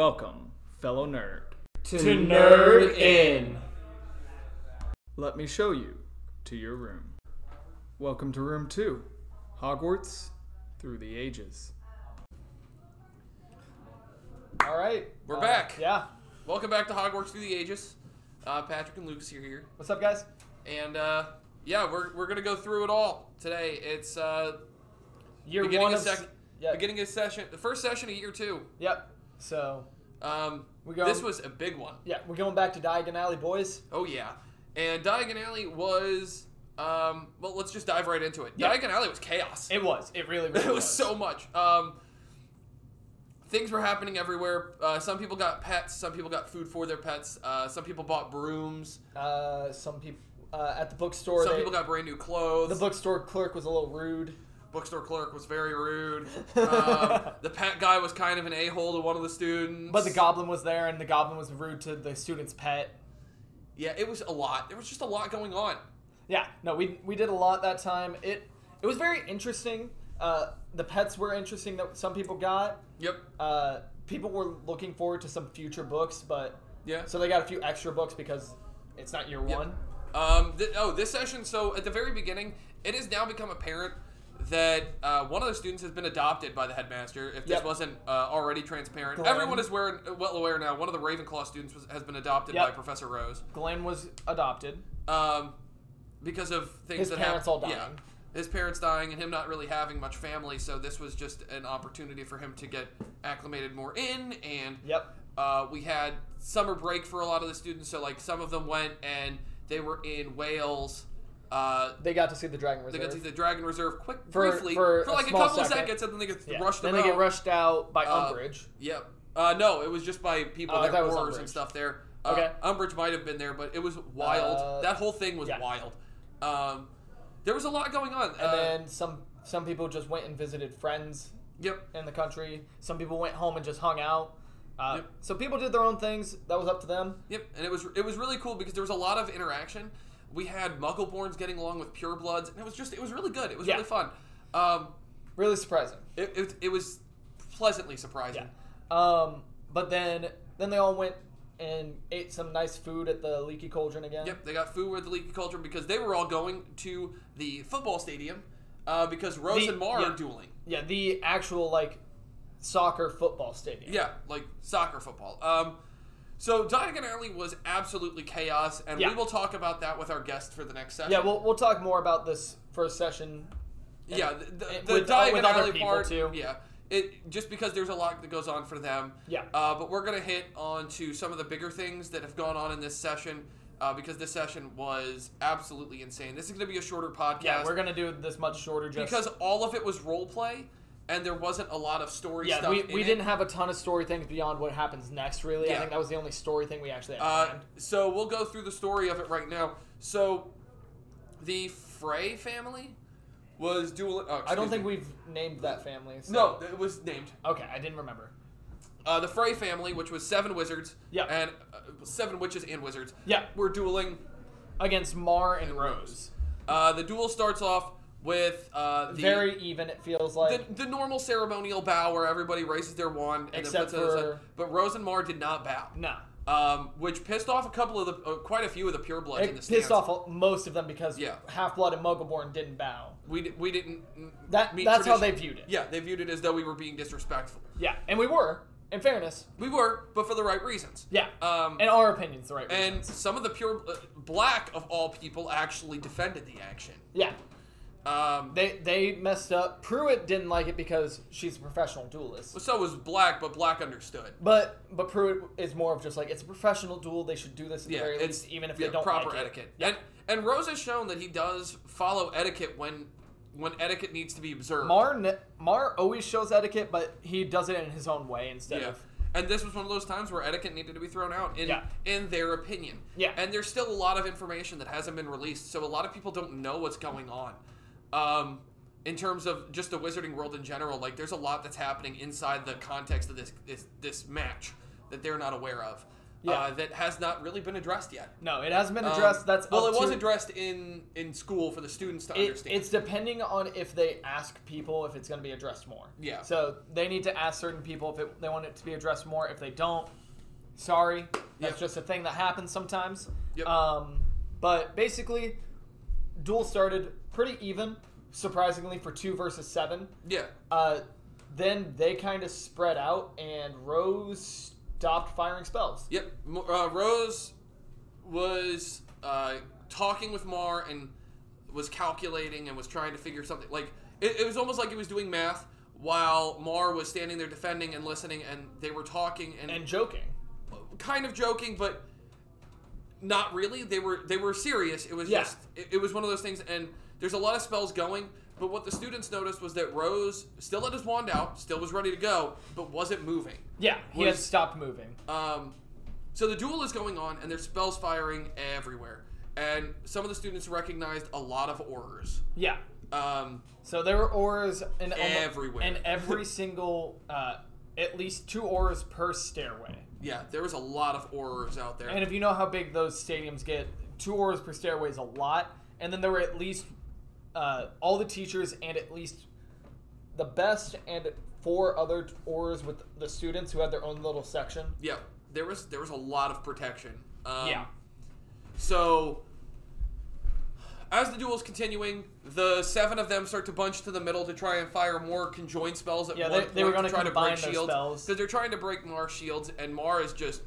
Welcome, fellow nerd. To, nerd in. Let me show you to your room. Welcome to room two Hogwarts through the ages. All right. We're back. Uh, Yeah. Welcome back to Hogwarts Through the Ages. Uh, Patrick and Lucas are here, What's up, guys? and uh, yeah, we're, we're gonna go through it all today. It's uh, Year beginning one of s- second, Yeah. beginning of session, the first session of year two. Yep. So, Um, We go- this was a big one. yeah, we're going back to Diagon Alley, boys. Oh yeah, and Diagon Alley was um, well, let's just dive right into it. Yeah. Diagon Alley was chaos. It was. It really, really It was so much. Um, things were happening everywhere. Uh, some people got pets. Some people got food for their pets. Uh, some people bought brooms. Uh, some people uh, at the bookstore. some they- people got brand new clothes. the bookstore clerk was a little rude. bookstore clerk was very rude. Um, the pet guy was kind of an a hole to one of the students. But the goblin was there, and the goblin was rude to the student's pet. yeah, it was a lot. There was just a lot going on. Yeah, no, we we did a lot that time. It it was very interesting. Uh, the pets were interesting that some people got. Yep. Uh, people were looking forward to some future books, but Yeah. so they got a few extra books because it's not year one. Um, th- oh, this session. So at the very beginning, it has now become apparent that uh, one of the students has been adopted by the headmaster. If this Yep. wasn't uh, already transparent, Glenn. everyone is aware, well aware now. One of the Ravenclaw students was, has been adopted Yep. by Professor Rose. Glenn was adopted. um, because of things His that parents happened. all yeah. dying. his parents dying and him not really having much family. So this was just an opportunity for him to get acclimated more in. And Yep. uh, we had summer break for a lot of the students. So like some of them went and they were in Wales. Uh, They got to see the Dragon they Reserve. got to the Dragon Reserve quick For- briefly for a like a small couple second. seconds, and then they get Yeah. rushed. Then about. they get rushed out by Uh, Umbridge. Yep. Uh, no, it was just by people Oh, I that thought it was were Umbridge. and stuff there. Uh, Okay. Umbridge might have been there, but it was wild. Uh, that whole thing was yeah. wild. Um, there was a lot going on. And uh, then some some people just went and visited friends yep. in the country. Some people went home and just hung out. Uh, Yep. So people did their own things. That was up to them. Yep. And it was it was really cool because there was a lot of interaction. We had Muggleborns getting along with Purebloods, and it was just it was really good. It was Yeah. really fun. Um, Really surprising. it, it, it was pleasantly surprising. Um, but then then they all went and ate some nice food at the Leaky Cauldron again. Yep, they got food with the Leaky Culture because they were all going to the football stadium uh, because Rose The- and Mar yeah. are dueling. Yeah, the actual like soccer football stadium. Yeah, like soccer football. Um, so Diagon Alley was absolutely chaos, and Yeah. we will talk about that with our guest for the next session. Yeah, we'll, we'll talk more about this first session. yeah, the, the, and the with- uh, Diagon with other Alley people, part too. Yeah, it just because there's a lot that goes on for them. Yeah. uh, but we're gonna hit on to some of the bigger things that have gone on in this session. Uh, because this session was absolutely insane. This is going to be a shorter podcast. Yeah, we're gonna do this much shorter just because all of it was role play, and there wasn't a lot of story yeah, stuff. we, in we it. didn't have a ton of story things beyond what happens next. Really, I Yeah. think that was the only story thing we actually had. Uh, planned. so we'll go through the story of it right now. So the Frey family was dual. Oh, I don't excuse think me. we've named that family. so- No, it was named Okay, I didn't remember. uh, the Frey family, which was seven wizards. Yeah. And uh, seven witches and wizards. Yeah. Were dueling. Against Mar and Rose. Rose. Uh, the duel starts off with uh, the, Very even, it feels like. the the normal ceremonial bow where everybody raises their wand and Except then puts it aside. for- But Rose and Mar did not bow. no. Um, which pissed off a couple of the, uh, quite a few of the purebloods in It the pissed stands. off all- most of them because Yeah. Half Blood and Muggleborn didn't bow. We, di- we didn't. mm, That meet that's how they tradition. viewed it. Yeah, they viewed it as though we were being disrespectful. Yeah, and we were, in fairness. We were, but for the right reasons. Yeah. Um, in and, our opinions, the right reasons. some of the pure uh, black of all people actually defended the action. Yeah. Um, They they messed up. Pruitt didn't like it because she's a professional duelist. so was black, but black understood. But but Pruitt is more of just like it's a professional duel, they should do this at Yeah, the very it's least, even if yeah, they don't proper like it. etiquette. And and Rose has shown that he does follow etiquette when when etiquette needs to be observed. Mar ne- Mar always shows etiquette, but he does it in his own way instead Yeah. of And this was one of those times where etiquette needed to be thrown out in Yeah. in their opinion. Yeah. And there's still a lot of information that hasn't been released, so a lot of people don't know what's going on. Um in terms of just the wizarding world in general, like there's a lot that's happening inside the context of this this, this match that they're not aware of. yeah. Yeah. uh, that has not really been addressed yet. No, it hasn't been Um, addressed. That's well, up it was to- addressed in in school for the students to It- understand. it's depending on if they ask people if it's going to be addressed more. Yeah. So they need to ask certain people if it, they want it to be addressed more. If they don't, sorry, that's Yep. just a thing that happens sometimes. Yep. Um, but basically, duel started pretty even, surprisingly for two versus seven. yeah, Uh, then they kind of spread out, and Rose stopped firing spells. yep. Mo- Uh, Rose was uh, talking with Mar and was calculating and was trying to figure something. Like it, it was almost like he was doing math while Mar was standing there defending and listening, and they were talking And joking. kind of joking, but not really. They were they were serious. It was Yeah. just it, it was one of those things. And there's a lot of spells going, but what the students noticed was that Rose still had his wand out, still was ready to go, but wasn't moving. Yeah, he Was- had stopped moving. Um, so the duel is going on, and there's spells firing everywhere. And some of the students recognized a lot of horrors. Yeah. Um, So there were auras in almo- Everywhere. in every single, uh, at least two auras per stairway. yeah, there was a lot of horrors out there. And if you know how big those stadiums get, two auras per stairway is a lot. And then there were at least uh, all the teachers and at least the best and four other auras with the students who had their own little section. yeah, there was there was a lot of protection. Um, yeah. So, as the duel's continuing, the seven of them start to bunch to the middle to try and fire more conjoined spells at Yeah, one they- point they were to gonna try to combine break those shields. spells. So they're trying to break Mar's shields, and Mar is just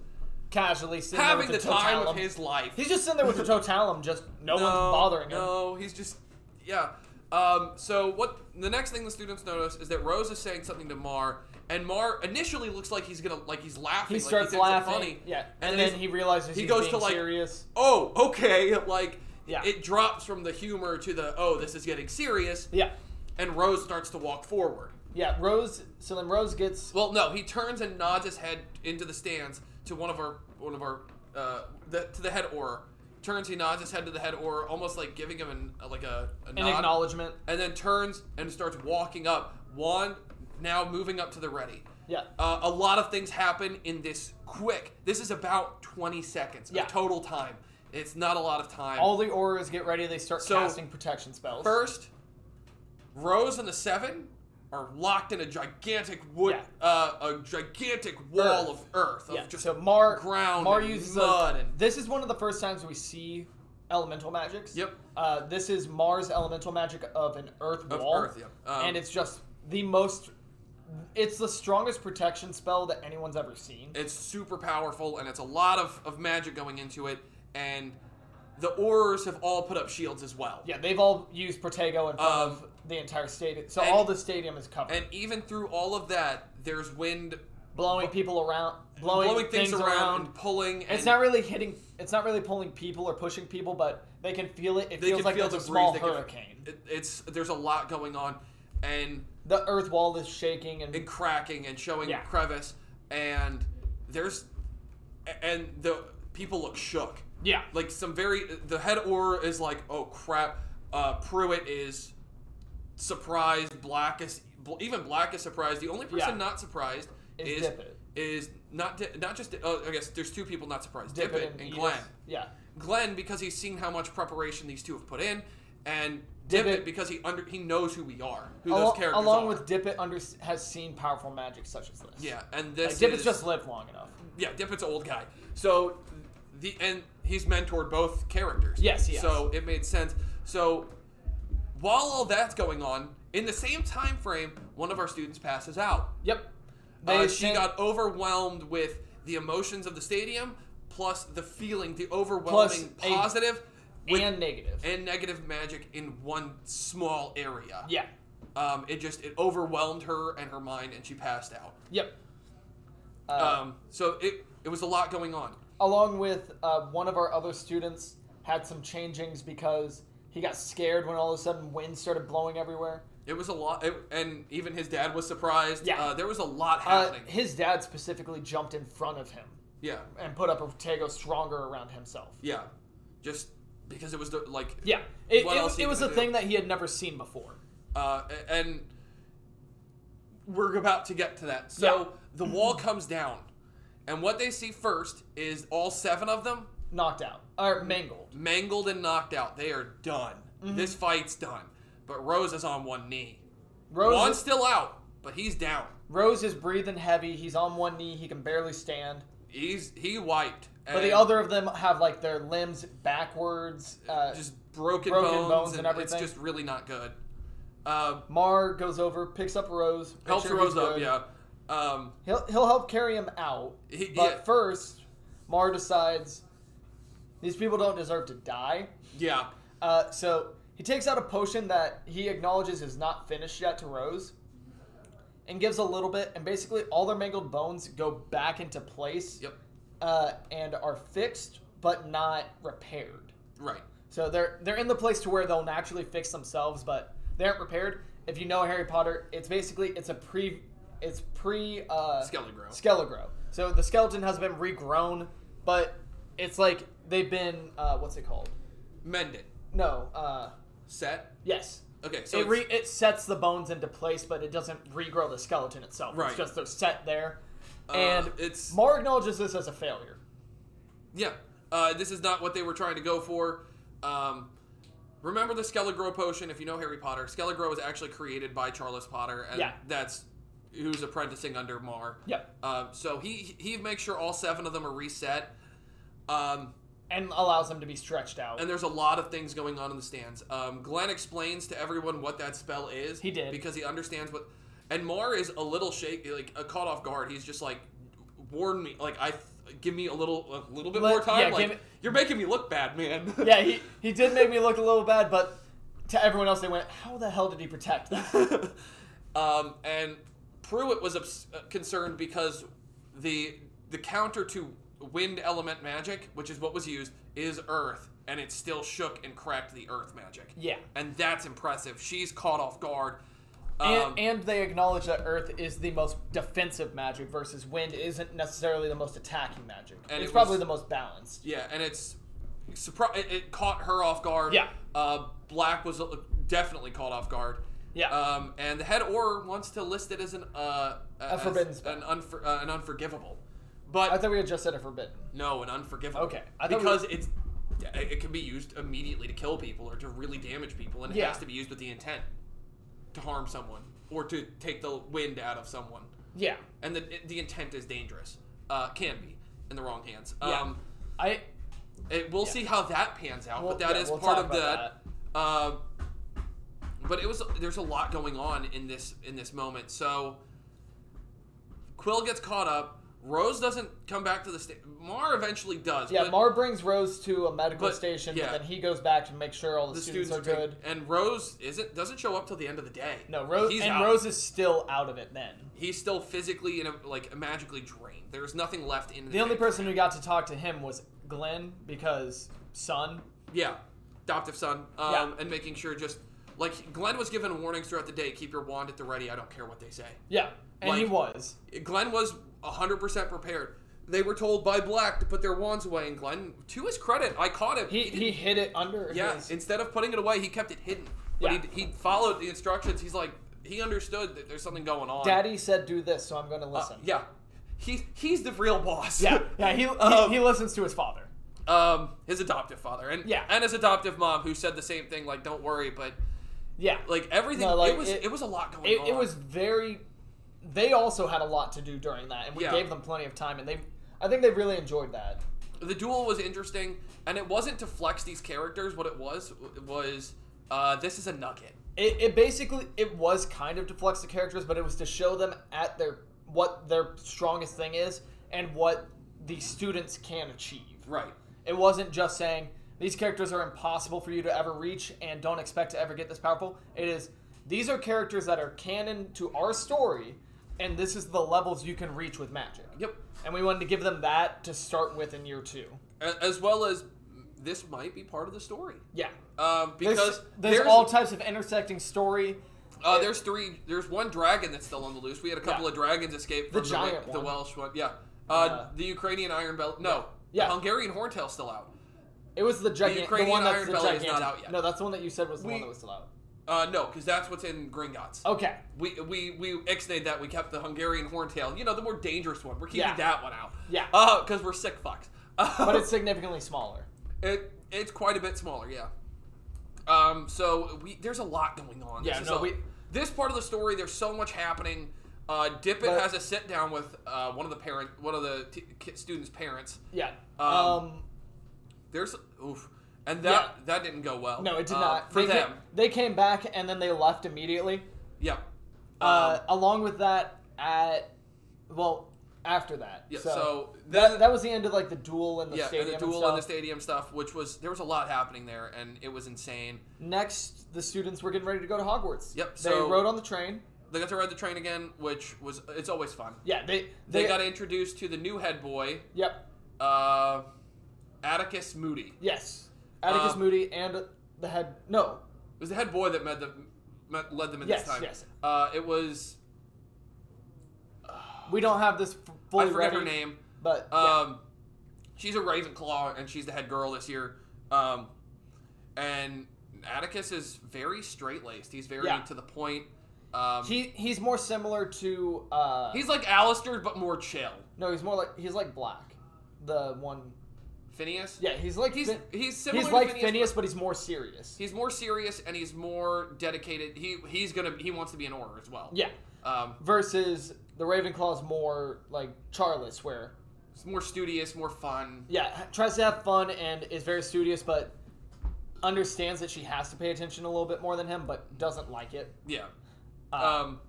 Casually sitting there having the with the, time of totalum. his life. He's just sitting there with the totalum, just no, one's bothering him. No, he's just yeah. Um, so what? The next thing the students notice is that Rose is saying something to Mar, and Mar initially looks like he's gonna like he's laughing. He like starts he thinks it's laughing. Funny. Yeah, and, and, then, then he's- he realizes he he's goes being to, like, serious. oh, okay, like Yeah. it drops from the humor to the oh, this is getting serious, Yeah, and Rose starts to walk forward. yeah. Rose. So then Rose gets. Well, no, he turns and nods his head into the stands to one of our one of our uh, the, to the head aura. Turns, he nods his head to the head aura, almost like giving him an, like a, a an nod, acknowledgement. and then turns and starts walking up. Juan now moving up to the ready. Yeah. Uh, a lot of things happen in this quick. This is about 20 seconds Yeah. of total time. It's not a lot of time. All the auras get ready. They start So- casting protection spells. First, Rose and the Seven are locked in a gigantic wood, Yeah. uh, a gigantic wall Earth. of earth. Of yeah. just So Mar ground Mar and uses mud a, and- This is one of the first times we see elemental magics. Yep. Uh, this is Mar's elemental magic of an earth Of wall. earth, yep. Um, and it's just the most. It's the strongest protection spell that anyone's ever seen. it's super powerful, and it's a lot of, of magic going into it. And the Aurors have all put up shields as well. Yeah, they've all used Protego in front of Um, the entire stadium, so and- all the stadium is covered. And even through all of that, there's wind blowing people around, blowing, blowing things, around, and pulling. And It's not really hitting. It's not really pulling people or pushing people, but they can feel it. It they feels can like feel there's the a breeze. small they can- hurricane. it- it's there's a lot going on, and the earth wall is shaking, and and cracking and showing Yeah. crevice and there's and the people look shook yeah, like some very the head aura is like oh crap uh pruitt is surprised blackest bl- even black is surprised the only person Yeah. not surprised Is is Dippet. is not Di- not just oh, i guess there's two people not surprised Dip it dippet and, Edis. glenn Yeah, glenn because he's seen how much preparation these two have put in and Dippet- dippet because he under he knows who we are who Al- those characters along are. with Dippet, under has seen powerful magic such as this. yeah and like, this Dippet's is, just lived long enough. yeah, Dippet's an old guy. So the and he's mentored both characters. Yes, yes. So it made sense. So while all that's going on, in the same time frame, one of our students passes out. Yep, Uh, They she sent- got overwhelmed with the emotions of the stadium, plus the feeling, the Plus overwhelming a- positive with- and negative. and negative magic in one small area. yeah, Um, it just it overwhelmed her and her mind, and she passed out. yep. Uh, Um, so it it was a lot going on. along with uh, one of our other students had some changings because he got scared when all of a sudden wind started blowing everywhere. It was a lot, it, and even his dad was surprised. Yeah. uh, there was a lot Uh, happening. his dad specifically jumped in front of him yeah, and put up a Tego stronger around himself. yeah, just because it was the, like Yeah, it, What it, else it you was a gonna do? thing that he had never seen before. uh, a- and we're about to get to that. So the wall comes down, And what they see first is all seven of them knocked out or mangled. mangled and knocked out. They are done. Mm-hmm. This fight's done. But Rose is on one knee. Rose, One's still out, but he's down. Rose is breathing heavy. He's on one knee. He can barely stand. He's he wiped. But the And other of them have like their limbs backwards. Uh, just broken, broken bones, bones and, and everything. It's just really not good. Uh, Mar goes over, picks up Rose, makes helps sure Rose he's up. good. Yeah. Um, He'll he'll help carry him out. He- but yeah. first, Mar decides these people don't deserve to die. yeah. Uh, so he takes out a potion that he acknowledges is not finished yet to Rose, and gives a little bit, and basically all their mangled bones go back into place. Yep. Uh, and are fixed but not repaired. Right. So they're they're in the place to where they'll naturally fix themselves, but they aren't repaired. If you know Harry Potter, it's basically it's a pre it's pre uh, Skeleton grow. Skelegrow. So the skeleton has been regrown, but it's like they've been uh, what's it called? Mend it. No, uh, Set. yes. Okay. So it, re- it's- it sets the bones into place, but it doesn't regrow the skeleton itself. Right. It's just they're set there. Uh, And it's- Mar acknowledges this as a failure. yeah. Uh, this is not what they were trying to go for. Um, remember the Skelegrow potion? If you know Harry Potter, Skelegrow was actually created by Charles Potter, and Yeah. that's who's apprenticing under Mar. Yep. Uh, so he he makes sure all seven of them are reset. Um, And allows them to be stretched out. and there's a lot of things going on in the stands. Um, Glenn explains to everyone what that spell is. He did. because he understands what. And Mar is a little shake, like uh, caught off guard. He's just like, warn me, like I give me a little, a little bit Let- more time. yeah, like give it- you're making me look bad, man. yeah, he, he did make me look a little bad, but to everyone else, they went, how the hell did he protect that? um, and Pruitt was obs- uh, concerned because the the counter to wind element magic, which is what was used, is earth, and it still shook and cracked the earth magic. Yeah. and that's impressive. She's caught off guard. Um, and, and they acknowledge that Earth is the most defensive magic versus Wind isn't necessarily the most attacking magic. it's And it was- probably the most balanced. yeah, and it's surpri- it, it caught her off guard. Yeah. uh, Black was uh, definitely caught off guard. Yeah. um, and the head or wants to list it as an uh, as forbidden spell. an, unfor- uh, an unforgivable, but I thought we had just said it forbidden. No, an unforgivable. Okay, I thought we- because it's it it can be used immediately to kill people or to really damage people, and it Yeah. has to be used with the intent to harm someone or to take the wind out of someone. Yeah. And the the intent is dangerous. Uh, can be in the wrong hands. Yeah. Um, I it, we'll see how that pans out, We'll- but that yeah, is we'll part talk of about that. Uh, but it was there's a lot going on in this in this moment. So Quill gets caught up. Rose doesn't come back to the state. Mar eventually does. yeah, but Mar brings Rose to a medical but, station, yeah. but then he goes back to make sure all the, the students, students, are take- good. and Rose isn't doesn't show up till the end of the day. No, Rose He's and out. Rose is still out of it then. he's still physically and like magically drained. There's nothing left in The only him. person who got to talk to him was Glenn because son. Yeah, adoptive son. Um, Yeah. and making sure just like Glenn was given warnings throughout the day. Keep your wand at the ready. I don't care what they say. Yeah, and he Like- was. Glenn was 100% prepared. They were told by Black to put their wands away, and Glenn, to his credit, I caught him. He he didn't- hid it under. yeah. his- Instead of putting it away, he kept it hidden. But Yeah. he, he followed the instructions. He's like he understood that there's something going on. Daddy said do this, so I'm going to Uh, listen. yeah, he he's the real boss. yeah, yeah. He, Um, he he listens to his father. um his adoptive father and Yeah. and his adoptive mom who said the same thing like don't worry but Yeah, like uh, everything No, like, it was it- it, was a lot going it, on it was very. They also had a lot to do during that, and we Yeah. gave them plenty of time, and they I think they really enjoyed that. the duel was interesting and it wasn't to flex these characters what it was was uh this is a nugget It, it basically it was kind of to flex the characters, but it was to show them at their what their strongest thing is and what the students can achieve. right It wasn't just saying these characters are impossible for you to ever reach and don't expect to ever get this powerful. It is these are characters that are canon to our story, and this is the levels you can reach with magic. yep And we wanted to give them that to start with in year two. A- as well as this might be part of the story Yeah. um There's, because there's, all types of intersecting story. uh, there's three there's one dragon that's still on the loose we had a couple Yeah. of dragons escape from the, Wel- giant the one. welsh one yeah uh, Uh, the ukrainian iron belt no Yeah. the hungarian horntail's still out It was the giant, the, Ukrainian one that's Iron the Belly is gigantic. not out yet. No, that's the one that you said was the We- one that was still out. Uh, no, because that's what's in Gringotts. Okay. We we we ixnayed that. We kept the Hungarian horntail. You know, the more dangerous one. We're keeping Yeah. that one out. Yeah. Because we're sick fucks. But it's significantly smaller. It it's quite a bit smaller, yeah. Um, so we there's a lot going on. Yeah, this is no, a- we- this part of the story there's so much happening. Uh, Dippet But- has a sit down with uh, one of the parent, one of the t- ki- students' parents. Yeah. Um, Um, There's oof, and that that didn't go well. no, it did uh, not. for they them. Came, they came back and then they left immediately. yeah. Uh, Um, along with that, at well, after that. yeah. So, so, then, that, that was the end of like the duel in the yeah, stadium. and the and duel in the stuff. stadium stuff, which was there was a lot happening there, and it was insane. Next, the students were getting ready to go to Hogwarts. Yep, they so- rode on the train. They got to ride the train again, which was it's always fun. Yeah, they They, got introduced to the new head boy, Yep. uh, Atticus Moody. Yes. Atticus Uh, Moody and the head. No. It was the head boy that met the, met, led them in Yes, this time. yes. Uh, it was We don't have this f- fully I forget ready, her name. But yeah. Um, she's a Ravenclaw and she's the head girl this year. Um, and Atticus is very straight laced. He's very Yeah. to the point. Um, he he's more similar to. Uh, he's like Alistair but more chill. no, he's more like he's like Black, the one. Phineas. Yeah, he's like He's Fin- he's similar. he's to like Phineas. but- Phineas, but he's more serious. He's more serious and he's more dedicated. He he's gonna he wants to be an order as well. yeah. Um, Versus the Ravenclaw's more like Charles, where it's more studious, more fun. yeah h- tries to have fun and is very studious, but understands that she has to pay attention a little bit more than him, but doesn't like it. Yeah. Uh, Um,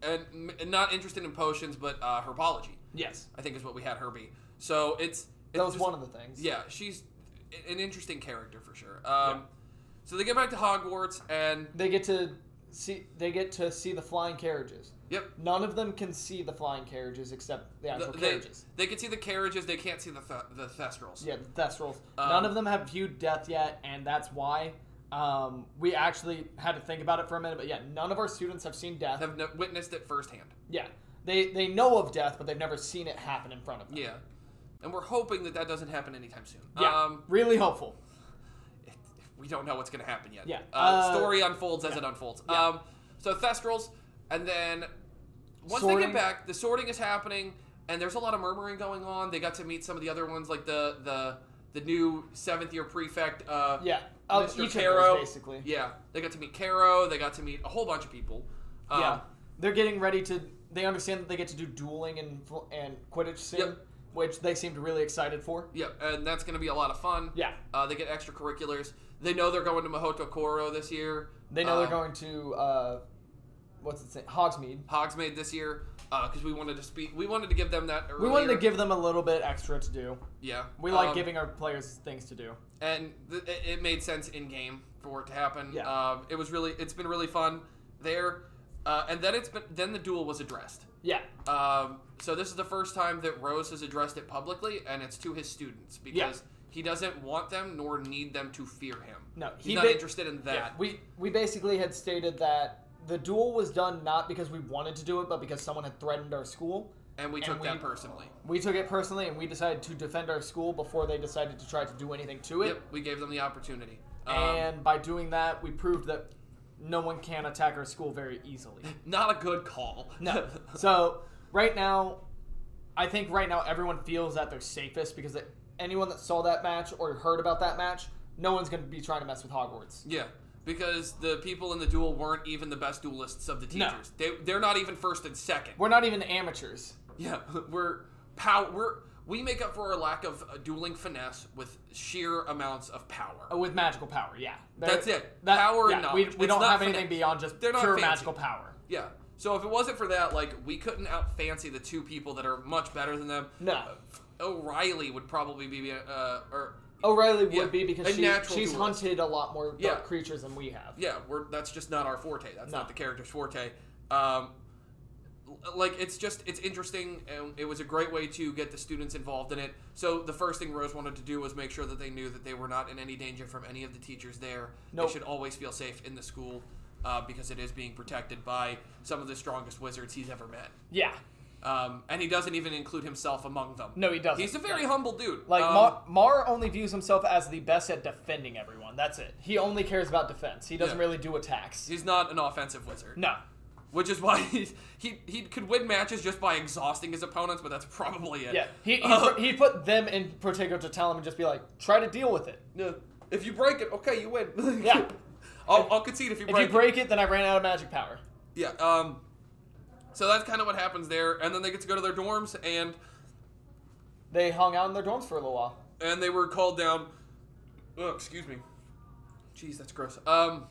and, m- and not interested in potions, but uh, herbology. yes, I think is what we had her be. So it's, it's that was just- one of the things. Yeah, she's a- an interesting character for sure. Um, so they get back to Hogwarts and they get to see they get to see the flying carriages. yep, None of them can see the flying carriages except the actual th- they carriages. they can see the carriages. They can't see the th- the thestrals. Yeah, the Thestrals. Um, None of them have viewed death yet, and that's why um, we actually had to think about it for a minute. But yeah, none of our students have seen death. Have no- witnessed it firsthand. yeah, they they know of death, but they've never seen it happen in front of them. Yeah, and we're hoping that that doesn't happen anytime soon. Yeah, Um, really hopeful. we don't know what's going to happen yet. Yeah. Uh, Uh, story unfolds as it unfolds. Um, so Thestrals, and then once they Sorting. get back, the sorting is happening, and there's a lot of murmuring going on. They got to meet some of the other ones, like the the the new seventh year prefect. Uh, Yeah, of Mr. each Caro. of those basically. Yeah. They got to meet Caro. They got to meet a whole bunch of people. Um, yeah, they're getting ready to. They understand that they get to do dueling and fl- and Quidditch soon, Yep. which they seemed really excited for. Yeah, and that's going to be a lot of fun. Yeah. Uh, they get extracurriculars. They know they're going to Mahoto Koro this year. They know Uh, they're going to uh, what's it say, Hogsmeade. Hogsmeade this year because we wanted to speak. We wanted to give them that. Earlier. We wanted to give them a little bit extra to do. Yeah, We like um, giving our players things to do. and th- it- it made sense in game for it to happen. Yeah. Um, it was really. It's been really fun there, uh, and then it's been. Then the duel was addressed. Yeah, Um, so this is the first time that Rose has addressed it publicly, and it's to his students because he doesn't want them nor need them to fear him. No, he's he not ba- interested in that. yeah. We we basically had stated that the duel was done not because we wanted to do it, but because someone had threatened our school. and we and took that we- personally. We took it personally, and we decided to defend our school before they decided to try to do anything to it. Yep, we gave them the opportunity. Um, and by doing that, we proved that no one can attack our school very easily. not a good call. No. so right now, I think right now everyone feels that they're safest because it, anyone that saw that match or heard about that match, no one's going to be trying to mess with Hogwarts. Yeah, because the people in the duel weren't even the best duelists of the No. teachers. They they're not even first and second. We're not even amateurs. yeah, we're pow we're we make up for our lack of uh, dueling finesse with sheer amounts of power. Oh, With magical power, yeah. They're- That's it. Power and We, knowledge. we It's don't not have finesse. anything beyond just They're not pure fancy. magical power. Yeah. So if it wasn't for that, like we couldn't out fancy the two people that are much better than them. Uh, No. O'Reilly would probably be uh or O'Reilly would Yeah, be because a she, natural she's duelist. hunted a lot more dark Yeah. creatures than we have. yeah, we're that's just not our forte. That's No. not the character's forte. Um, l- like it's just it's interesting, and it was a great way to get the students involved in it. So the first thing Rose wanted to do was make sure that they knew that they were not in any danger from any of the teachers there. Nope. They should always feel safe in the school uh, because it is being protected by some of the strongest wizards he's ever met. Yeah. Um, and he doesn't even include himself among them. No, he doesn't. He's a very humble dude. Like Um, Mar, Mar only views himself as the best at defending everyone. That's it. He only cares about defense. He doesn't Yeah. really do attacks. he's not an offensive wizard. No. Which is why he, he he could win matches just by exhausting his opponents, but that's probably it. Yeah. He he, Uh, he put them in Protego to tell him and just be like, try to deal with it. yeah. If you break it, okay, you win. Yeah. I'll, I'll concede if you If break. you it. break it, then I ran out of magic power. Yeah. Um. So that's kind of what happens there, and then they get to go to their dorms, and They hung out in their dorms for a little while. and they were called down. Oh, excuse me. Jeez, that's gross. Um,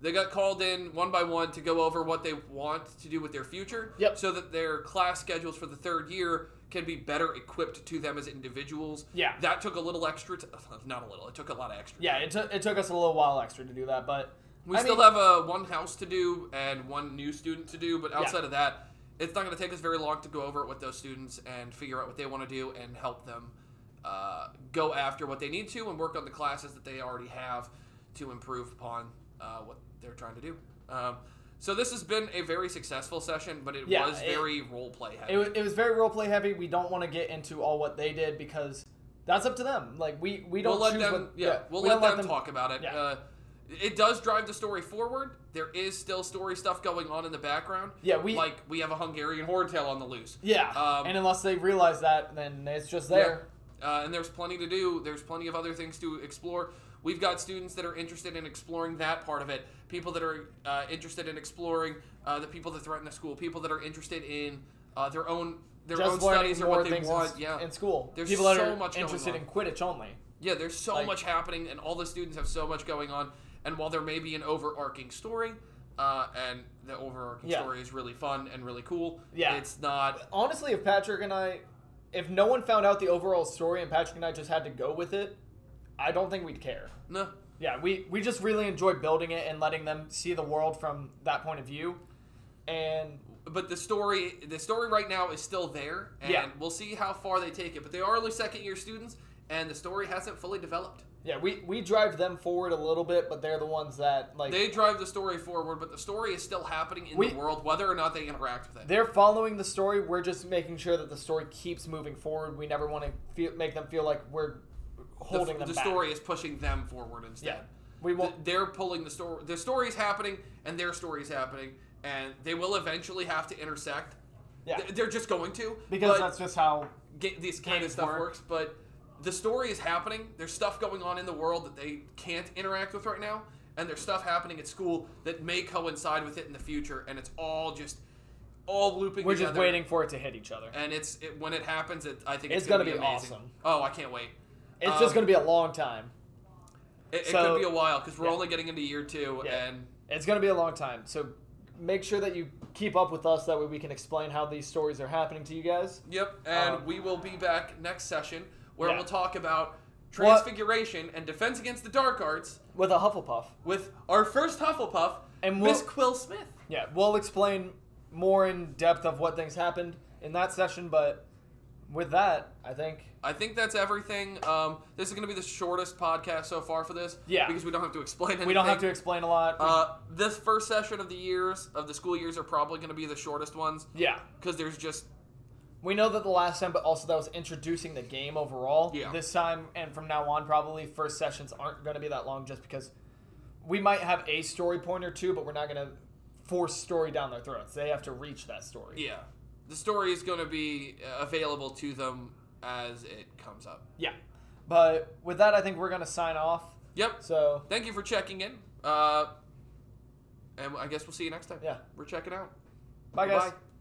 they got called in one by one to go over what they want to do with their future. Yep. So that their class schedules for the third year can be better equipped to them as individuals. Yeah. That took a little extra. T- not a little. It took a lot of extra. Yeah, it, took it took us a little while extra to do that, but We I still mean, have uh, one house to do and one new student to do, but outside of that, it's not going to take us very long to go over it with those students and figure out what they want to do and help them uh, go after what they need to and work on the classes that they already have to improve upon uh, what they're trying to do. Um, so this has been a very successful session, but it Yeah, was it- very role play heavy. it, wa- it was very roleplay heavy. We don't want to get into all what they did because that's up to them. Like we we don't we'll let choose them. what- yeah, we'll we let don't them, talk about it. yeah. Uh, it does drive the story forward. There is still story stuff going on in the background. Yeah, we- like we have a Hungarian horntail on the loose. Yeah, Um, and unless they realize that, then it's just there. Yeah. Uh, and there's plenty to do. There's plenty of other things to explore. We've got students that are interested in exploring that part of it. People that are uh, interested in exploring uh, the people that threaten the school. People that are interested in uh, their own their own just learning studies or more what they things in- want. yeah. in school. There's People that so are much going interested on. in Quidditch only. Yeah, there's so Like- much happening, and all the students have so much going on. And while there may be an overarching story, uh, and the overarching Yeah. story is really fun and really cool, Yeah. it's not. Honestly, if Patrick and I, if no one found out the overall story and Patrick and I just had to go with it, I don't think we'd care. No, Yeah, we we just really enjoy building it and letting them see the world from that point of view, and but the story, the story right now is still there, and Yeah. we'll see how far they take it. But they are only second year students, and the story hasn't fully developed. yeah, we we drive them forward a little bit, but they're the ones that like They drive the story forward, but the story is still happening in We- the world, whether or not they interact with it. They're following the story. We're just making sure that the story keeps moving forward. We never want to feel, make them feel like we're The, holding them the back. story is pushing them forward instead. Yeah, we Th- won't. they're pulling the story. The story is happening, and their story is happening, and they will eventually have to intersect. Yeah, Th- They're just going to because but that's just how. ga- this kind of games stuff work. works. But the story is happening. There's stuff going on in the world that they can't interact with right now, and there's stuff happening at school that may coincide with it in the future. And it's all just all looping. We're just together. waiting for it to hit each other. And it's it, when it happens, it, I think It's it's, gonna, gonna be, be amazing. awesome. Oh, I can't wait. It's um, just going to be a long time. It, it So- could be a while because we're yeah. only getting into year two, Yeah. and It's going to be a long time. So make sure that you keep up with us. That way we can explain how these stories are happening to you guys. Yep, and Um, we will be back next session where Yeah. we'll talk about Well- transfiguration and defense against the dark arts With a Hufflepuff. with our first Hufflepuff, And Miss we'll- Quill Smith. Yeah, we'll explain more in depth of what things happened in that session. But with that, I think I think that's everything. Um, this is going to be the shortest podcast so far for this. Yeah. because we don't have to explain anything. we don't have to explain a lot. We- Uh, this first session of the years of the school years are probably going to be the shortest ones yeah. because there's just We know that the last time, but also that was introducing the game overall. Yeah. This time and from now on, probably first sessions aren't going to be that long, just because we might have a story point or two, but we're not going to force story down their throats. They have to reach that story. yeah. The story is going to be uh, available to them as it comes up. Yeah. But with that, I think we're going to sign off. Yep. So Thank you for checking in. Uh, and I guess we'll see you next time. Yeah. We're checking out. bye, guys. Bye-bye.